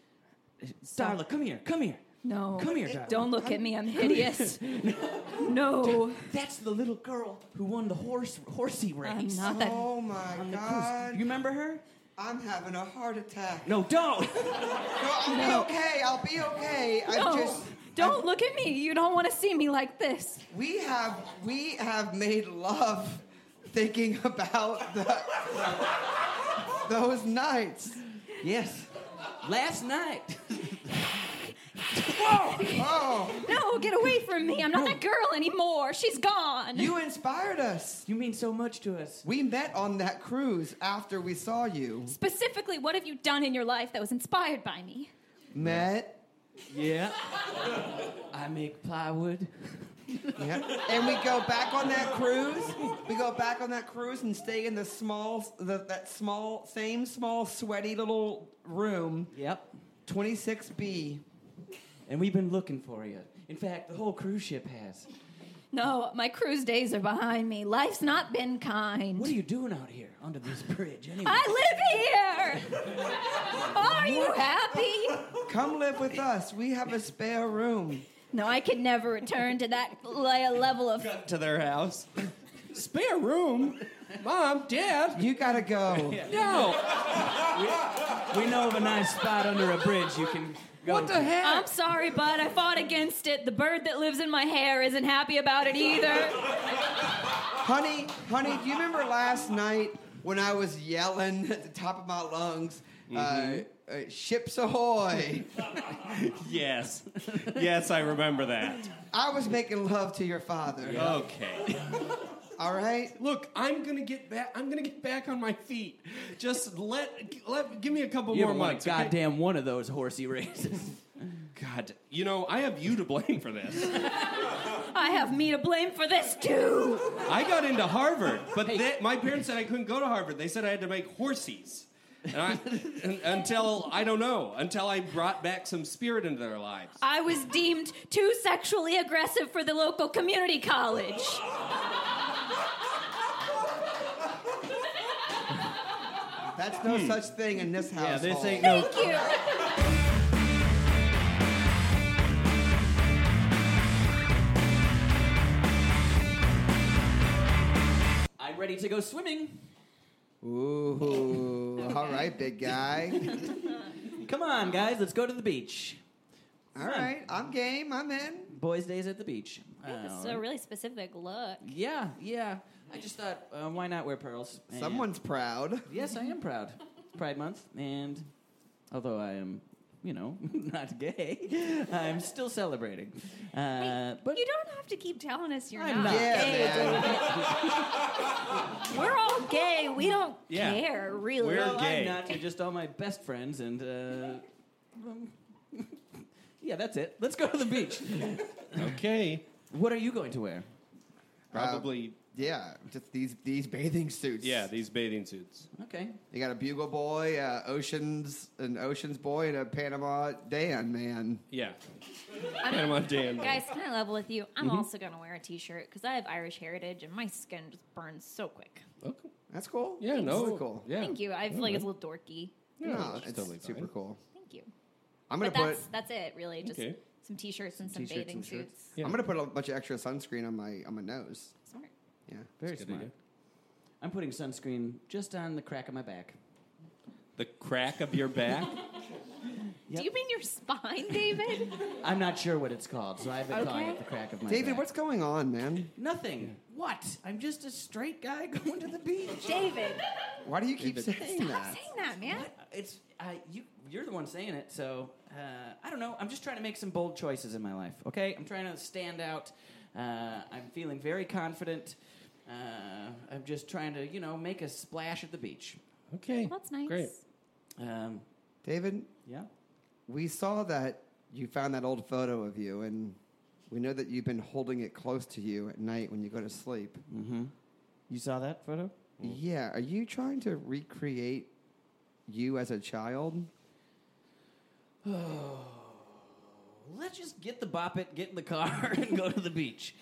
Speaker 2: Darla, come here. Come here.
Speaker 4: No.
Speaker 2: Come here, Darla.
Speaker 4: Don't look at me. I'm hideous. no.
Speaker 2: That's the little girl who won the horse horsey race.
Speaker 4: I'm not that.
Speaker 5: Oh my
Speaker 2: on the cruise.
Speaker 5: god!
Speaker 2: Do you remember her?
Speaker 5: I'm having a heart attack.
Speaker 2: No, don't.
Speaker 5: No, I'll be okay. I'll be okay.
Speaker 4: No.
Speaker 5: I'm just.
Speaker 4: Don't look at me. You don't want to see me like this.
Speaker 5: We have we have made love thinking about the, those nights.
Speaker 2: yes. Last night.
Speaker 5: Oh,
Speaker 4: No, get away from me. I'm not that girl anymore. She's gone.
Speaker 5: you inspired us.
Speaker 2: You mean so much to us.
Speaker 5: We met on that cruise after we saw you.
Speaker 4: Specifically, what have you done in your life that was inspired by me?
Speaker 5: Met.
Speaker 2: Yeah. I make plywood.
Speaker 5: Yep. And we go back on that cruise. We go back on that cruise and stay in the small, the, that small, same small, sweaty little room,
Speaker 2: Yep.
Speaker 5: 26B.
Speaker 2: And we've been looking for you. In fact, the whole cruise ship has.
Speaker 4: No, my cruise days are behind me. Life's not been kind.
Speaker 2: What are you doing out here under this bridge anyway?
Speaker 4: I live here. Are you happy?
Speaker 5: Come live with us. We have a spare room.
Speaker 4: No, I could never return to that le- level of.
Speaker 3: to their house. Spare room, mom, dad.
Speaker 5: You gotta go.
Speaker 3: No,
Speaker 2: we know of a nice spot under a bridge you can go.
Speaker 3: what the
Speaker 2: to.
Speaker 3: heck?
Speaker 4: I'm sorry, bud. I fought against it. The bird that lives in my hair isn't happy about it either.
Speaker 5: Honey, honey, do you remember last night when I was yelling at the top of my lungs, uh, uh, ships ahoy?
Speaker 3: Yes, yes, I remember that.
Speaker 5: I was making love to your father.
Speaker 3: Okay,
Speaker 5: All right?
Speaker 3: look, I'm gonna get back. I'm gonna get back on my feet. Just let let give me a couple
Speaker 2: You
Speaker 3: more
Speaker 2: haven't won a
Speaker 3: months. okay?
Speaker 2: goddamn one of those horsey races.
Speaker 3: God, you know I have you to blame for this.
Speaker 4: I have me to blame for this too.
Speaker 3: I got into Harvard, but they- my parents said I couldn't go to Harvard. They said I had to make horses. And I, un- until I don't know, until I brought back some spirit into their lives.
Speaker 4: I was deemed too sexually aggressive for the local community college.
Speaker 5: That's no such thing in this house.
Speaker 2: yeah, this ain't no.
Speaker 4: Thank you.
Speaker 2: I'm ready to go swimming.
Speaker 5: Ooh, all right, big guy.
Speaker 2: Come on, guys, let's go to the beach.
Speaker 5: All right, I'm game. I'm in.
Speaker 2: Boys' days at the beach.
Speaker 4: It's
Speaker 2: Um,
Speaker 4: a really specific look.
Speaker 2: yeah, yeah. I just thought, uh, why not wear pearls? And-
Speaker 5: Someone's proud.
Speaker 2: Yes, I am proud. It's Pride Month, and although I am, you know, not gay, I'm still celebrating. Uh, but
Speaker 4: you don't have to keep telling us you're
Speaker 2: I'm
Speaker 4: not.
Speaker 2: not.
Speaker 5: Yeah,
Speaker 4: gay.
Speaker 5: man.
Speaker 4: We're all gay. We don't
Speaker 3: Yeah.
Speaker 4: care, really.
Speaker 3: We're
Speaker 2: no,
Speaker 3: gay.
Speaker 2: I'm not. They're just all my best friends, and uh, um, yeah, that's it. Let's go to the beach.
Speaker 3: Okay.
Speaker 2: What are you going to wear?
Speaker 3: Probably.
Speaker 5: Yeah, just these these bathing suits.
Speaker 3: yeah, these bathing suits.
Speaker 2: Okay,
Speaker 5: you got a bugle boy, uh, oceans, an oceans boy, and a Panama Dan man.
Speaker 3: Yeah.
Speaker 4: I mean,
Speaker 3: Panama Dan.
Speaker 4: Guys, can I level with you? I'm also going to wear a t shirt because I have Irish heritage and my skin just burns so quick.
Speaker 3: Okay.
Speaker 5: That's cool.
Speaker 3: Yeah, no.
Speaker 5: really cool.
Speaker 3: Yeah.
Speaker 4: Thank you. I feel like it's a little dorky.
Speaker 5: No,
Speaker 3: that's
Speaker 5: it's
Speaker 3: totally
Speaker 5: super
Speaker 3: fine.
Speaker 5: cool.
Speaker 4: Thank you.
Speaker 5: I'm gonna
Speaker 4: But
Speaker 5: put
Speaker 4: that's, that's it, really. Just
Speaker 3: Okay.
Speaker 4: some t shirts and some
Speaker 2: t-shirts
Speaker 4: bathing
Speaker 2: and shirts.
Speaker 4: suits.
Speaker 3: Yeah.
Speaker 5: I'm gonna put a bunch of extra sunscreen on my on my nose.
Speaker 4: Smart.
Speaker 5: Yeah,
Speaker 2: very
Speaker 3: Good
Speaker 2: smart.
Speaker 3: idea.
Speaker 2: I'm putting sunscreen just on the crack of my back.
Speaker 3: The crack of your back.
Speaker 2: Yep.
Speaker 4: Do you mean your spine, David?
Speaker 2: I'm not sure what it's called, so I've been calling
Speaker 4: Okay.
Speaker 2: it the crack of my
Speaker 5: David,
Speaker 2: back.
Speaker 5: what's going on, man?
Speaker 2: nothing? What? I'm just a straight guy going to the beach.
Speaker 4: David,
Speaker 5: Why do you keep
Speaker 3: David.
Speaker 5: saying
Speaker 4: stop
Speaker 5: that?
Speaker 4: saying that, man.
Speaker 2: It's uh, you. You're the one saying it, so uh, I don't know. I'm just trying to make some bold choices in my life. Okay, I'm trying to stand out. Uh, I'm feeling very confident. Uh, I'm just trying to, you know, make a splash at the beach.
Speaker 3: Okay.
Speaker 4: Well, that's nice.
Speaker 3: Great.
Speaker 2: Um,
Speaker 5: David,
Speaker 2: yeah.
Speaker 5: we saw that you found that old photo of you, and we know that you've been holding it close to you at night when you go to sleep.
Speaker 2: Mm-hmm. You saw that photo?
Speaker 3: Mm-hmm.
Speaker 5: Yeah, are you trying to recreate you as a child?
Speaker 2: Let's just get the bop it, get in the car, and go to the beach.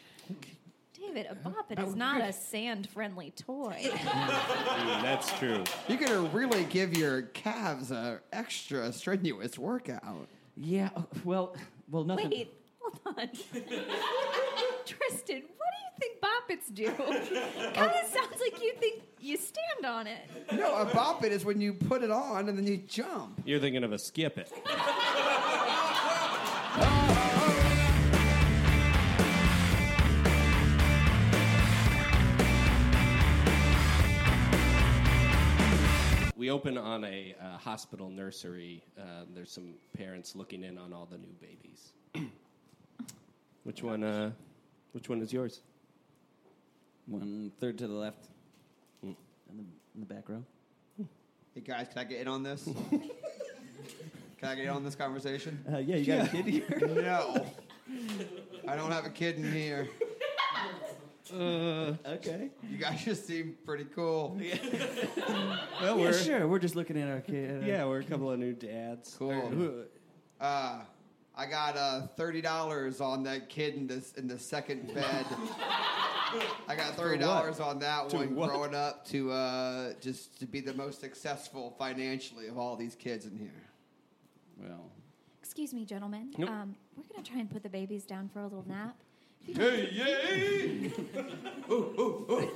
Speaker 4: David, a boppet is not a sand friendly toy.
Speaker 3: Mm, that's true.
Speaker 5: You're gonna really give your calves a extra strenuous workout.
Speaker 2: Yeah. oh, Well, well, nothing.
Speaker 4: Wait, hold on. Tristan, what do you think boppets do? kind of sounds like you think you stand on it.
Speaker 5: No, a bop it is when you put it on and then you jump.
Speaker 3: You're thinking of a skip it. We open on a uh, hospital nursery. Uh, there's some parents looking in on all the new babies. which one? Uh, which one is yours?
Speaker 2: One third to the left. Mm, In the, in the back row.
Speaker 5: Hey guys, can I get in on this? can I get in on this conversation?
Speaker 2: Uh, yeah, you got a kid here.
Speaker 5: No. I don't have a kid in here.
Speaker 2: Uh, okay.
Speaker 5: You guys just seem pretty
Speaker 3: Well,
Speaker 5: cool.
Speaker 2: Yeah,
Speaker 3: we're
Speaker 2: sure. We're just looking at our kid. uh,
Speaker 3: yeah, we're a couple of new dads.
Speaker 5: Cool.
Speaker 3: Or who-
Speaker 5: Uh, I got uh, thirty dollars on that kid in this in the second bed. I got thirty dollars on that
Speaker 3: To
Speaker 5: one
Speaker 3: what?
Speaker 5: growing up to uh, just to be the most successful financially of all these kids in here.
Speaker 2: Well,
Speaker 4: Excuse me, gentlemen.
Speaker 3: Nope.
Speaker 4: Um, we're going to try and put the babies down for a little nap.
Speaker 5: Hey, yay! Oh,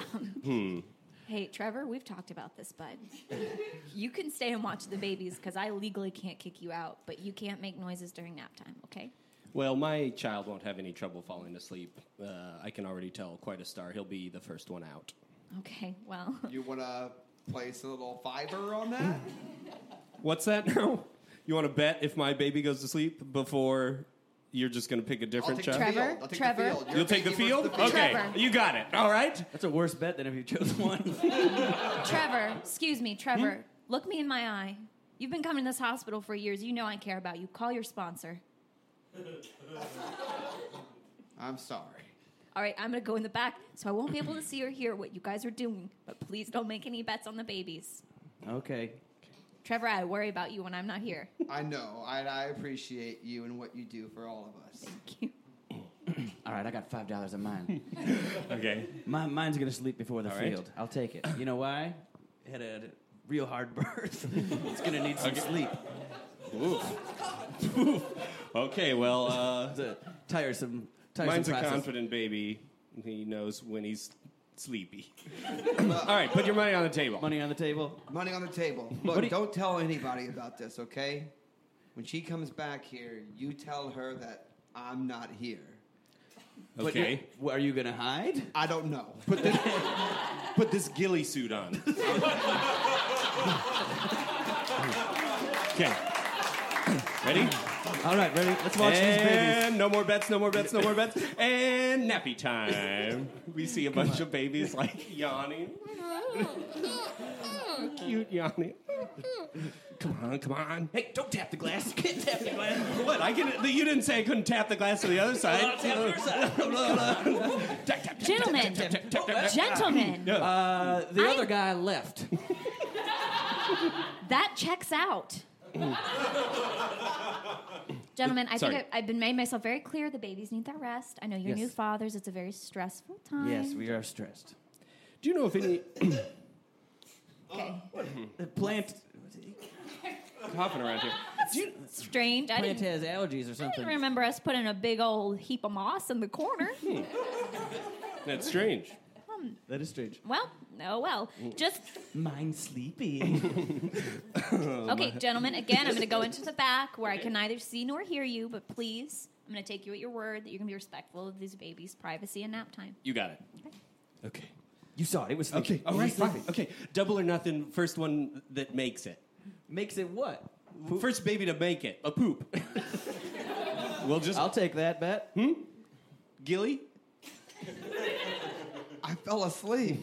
Speaker 4: Um, Hey, Trevor, we've talked about this, bud. you can stay and watch the babies because I legally can't kick you out, but you can't make noises during nap time, okay?
Speaker 3: Well, my child won't have any trouble falling asleep. Uh, I can already tell quite a star. He'll be the first one out.
Speaker 4: Okay, well,
Speaker 5: You want to place a little fiber on
Speaker 3: Mm,
Speaker 5: that?
Speaker 3: What's that now? You want to bet if my baby goes to sleep before you're just going to pick a
Speaker 5: I'll
Speaker 3: different
Speaker 5: take the
Speaker 3: child?
Speaker 4: Trevor?
Speaker 5: field. I'll take
Speaker 4: Trevor?
Speaker 5: the field. Your
Speaker 3: You'll take the
Speaker 5: baby
Speaker 3: field?
Speaker 5: versus
Speaker 3: Okay,
Speaker 4: Trevor.
Speaker 3: you got it. All right.
Speaker 2: that's a worse bet than if you chose one.
Speaker 4: Trevor, excuse me, Trevor, look me in my eye. You've been coming to this hospital for years. You know I care about you. Call your sponsor.
Speaker 3: Oh.
Speaker 5: I'm sorry.
Speaker 4: All right, I'm going to go in the back so I won't be able to see or hear what you guys are doing, but please don't make any bets on the babies.
Speaker 2: okay.
Speaker 4: Trevor, I worry about you when I'm not here.
Speaker 5: I know. I, I appreciate you and what you do for all of us.
Speaker 4: Thank you.
Speaker 2: All right, I got five dollars on mine.
Speaker 3: Okay.
Speaker 2: My mine's gonna sleep before the
Speaker 3: All right.
Speaker 2: field. I'll take it. You know why? Had a real hard birth. it's gonna need some sleep.
Speaker 3: Okay, well, uh,
Speaker 2: It's a tiresome, tiresome
Speaker 3: mine's a
Speaker 2: process.
Speaker 3: confident baby. He knows when he's sleepy. All right, put your money on the table.
Speaker 2: Money on the table.
Speaker 5: Money on the table.
Speaker 2: What
Speaker 5: Look,
Speaker 2: do you-
Speaker 5: don't tell anybody about this, okay? When she comes back here, you tell her that I'm not here.
Speaker 3: Okay.
Speaker 2: But, are you gonna hide?
Speaker 5: I don't know.
Speaker 3: Put this, put this ghillie suit on. okay. Ready?
Speaker 2: All right, ready. Let's watch these babies.
Speaker 3: And no more bets, no more bets, no more bets. And nappy time. We see a bunch of babies like yawning. Cute yawning. Come on, come on. Hey, don't tap the glass. Can't tap the glass. What? I can. You didn't say I couldn't tap the glass to the other side. Tap, tap, tap,
Speaker 4: Gentlemen.
Speaker 3: tap, tap, tap, tap.
Speaker 4: Gentlemen,
Speaker 2: Uh, the
Speaker 4: I-
Speaker 2: other guy left.
Speaker 4: that checks out. Gentlemen, I
Speaker 3: Sorry.
Speaker 4: think I, I've been made myself very clear. The babies need their rest. I know you're
Speaker 2: Yes.
Speaker 4: new fathers. It's a very stressful time.
Speaker 2: yes, we are stressed.
Speaker 3: Do you know if any
Speaker 4: Okay.
Speaker 2: The plant
Speaker 3: hopping around here? Do you,
Speaker 4: Strange. I
Speaker 2: plant has
Speaker 4: didn't,
Speaker 2: allergies or
Speaker 4: I didn't
Speaker 2: something.
Speaker 4: remember us putting a big old heap of moss in the corner.
Speaker 3: that's strange.
Speaker 2: That is strange.
Speaker 4: well, oh well. Just
Speaker 2: Mine sleepy.
Speaker 4: okay, gentlemen. Again, I'm going to go into the back where I can neither see nor hear you. But please, I'm going to take you at your word that you're going to be respectful of these babies' privacy and nap time.
Speaker 3: You got it. Okay.
Speaker 2: you saw it. It was sleepy.
Speaker 3: Okay. All
Speaker 2: It was
Speaker 3: right.
Speaker 2: sleepy.
Speaker 3: fine. Okay. Double or nothing. First one that makes it.
Speaker 2: Makes it what?
Speaker 3: First baby to make it. A poop. we'll just
Speaker 2: I'll take that bet.
Speaker 3: Hmm? Gilly.
Speaker 5: I fell asleep.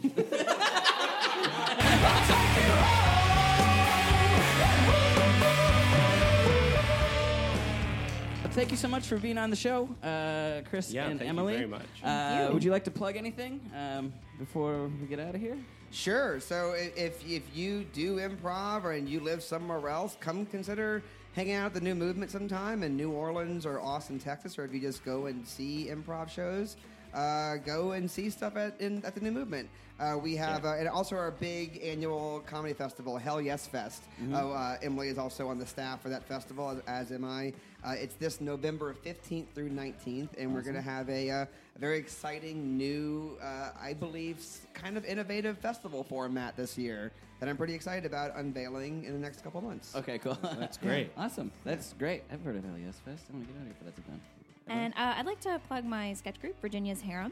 Speaker 2: Thank you so much for being on the show, uh, Chris
Speaker 3: Yeah,
Speaker 2: and
Speaker 3: thank you
Speaker 2: Emily.
Speaker 3: very much.
Speaker 2: Uh, Would you like to plug anything um, before we get out of here?
Speaker 5: Sure. So i- if if you do improv or- and you live somewhere else, come consider hanging out at the New Movement sometime in New Orleans or Austin, Texas, or if you just go and see improv shows, uh, go and see stuff at in, at the New Movement. Uh, we have uh, and also our big annual comedy festival, Hell Yes Fest. Oh, uh, Emily is also on the staff for that festival, as, as am I. Uh, it's this November 15th through 19th, and we're going to have a, uh, a very exciting new, uh, I believe, s- kind of innovative festival format this year that I'm pretty excited about unveiling in the next couple months.
Speaker 2: Okay, cool. That's
Speaker 3: great.
Speaker 2: awesome. That's great. I've heard of LES Fest. I'm going to get out of here for that event.
Speaker 4: And uh, I'd like to plug my sketch group, Virginia's Harem.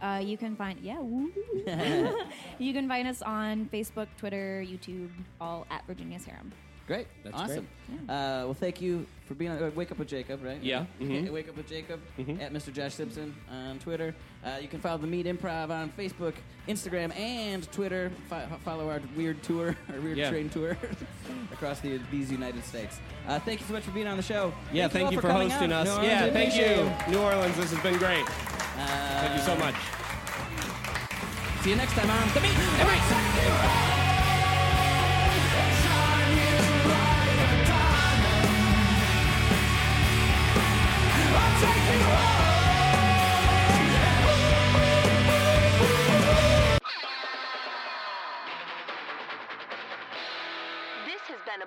Speaker 4: Uh, you can find yeah, woo. you can find us on Facebook, Twitter, YouTube, all at Virginia's Harem.
Speaker 2: Great.
Speaker 3: That's
Speaker 2: awesome. Uh, well, thank you for being on. uh, Wake Up with Jacob, right?
Speaker 3: Yeah. Mm-hmm.
Speaker 2: Okay, Wake Up with Jacob at Mr. Josh Simpson on Twitter. Uh, you can follow the Meat Improv on Facebook, Instagram, and Twitter. Fo- follow our weird tour, our weird
Speaker 3: Yeah.
Speaker 2: train tour across the, these United States. Uh, thank you so much for being on the show.
Speaker 3: Yeah. Thank,
Speaker 2: all
Speaker 3: you, for,
Speaker 2: coming
Speaker 3: hosting
Speaker 2: out.
Speaker 3: us.
Speaker 2: No,
Speaker 3: yeah.
Speaker 2: thank
Speaker 3: Thank
Speaker 2: you. Uh,
Speaker 3: you, New Orleans. This has been great. thank you so much.
Speaker 2: See you next time on the Meat. Improv.
Speaker 1: This has been a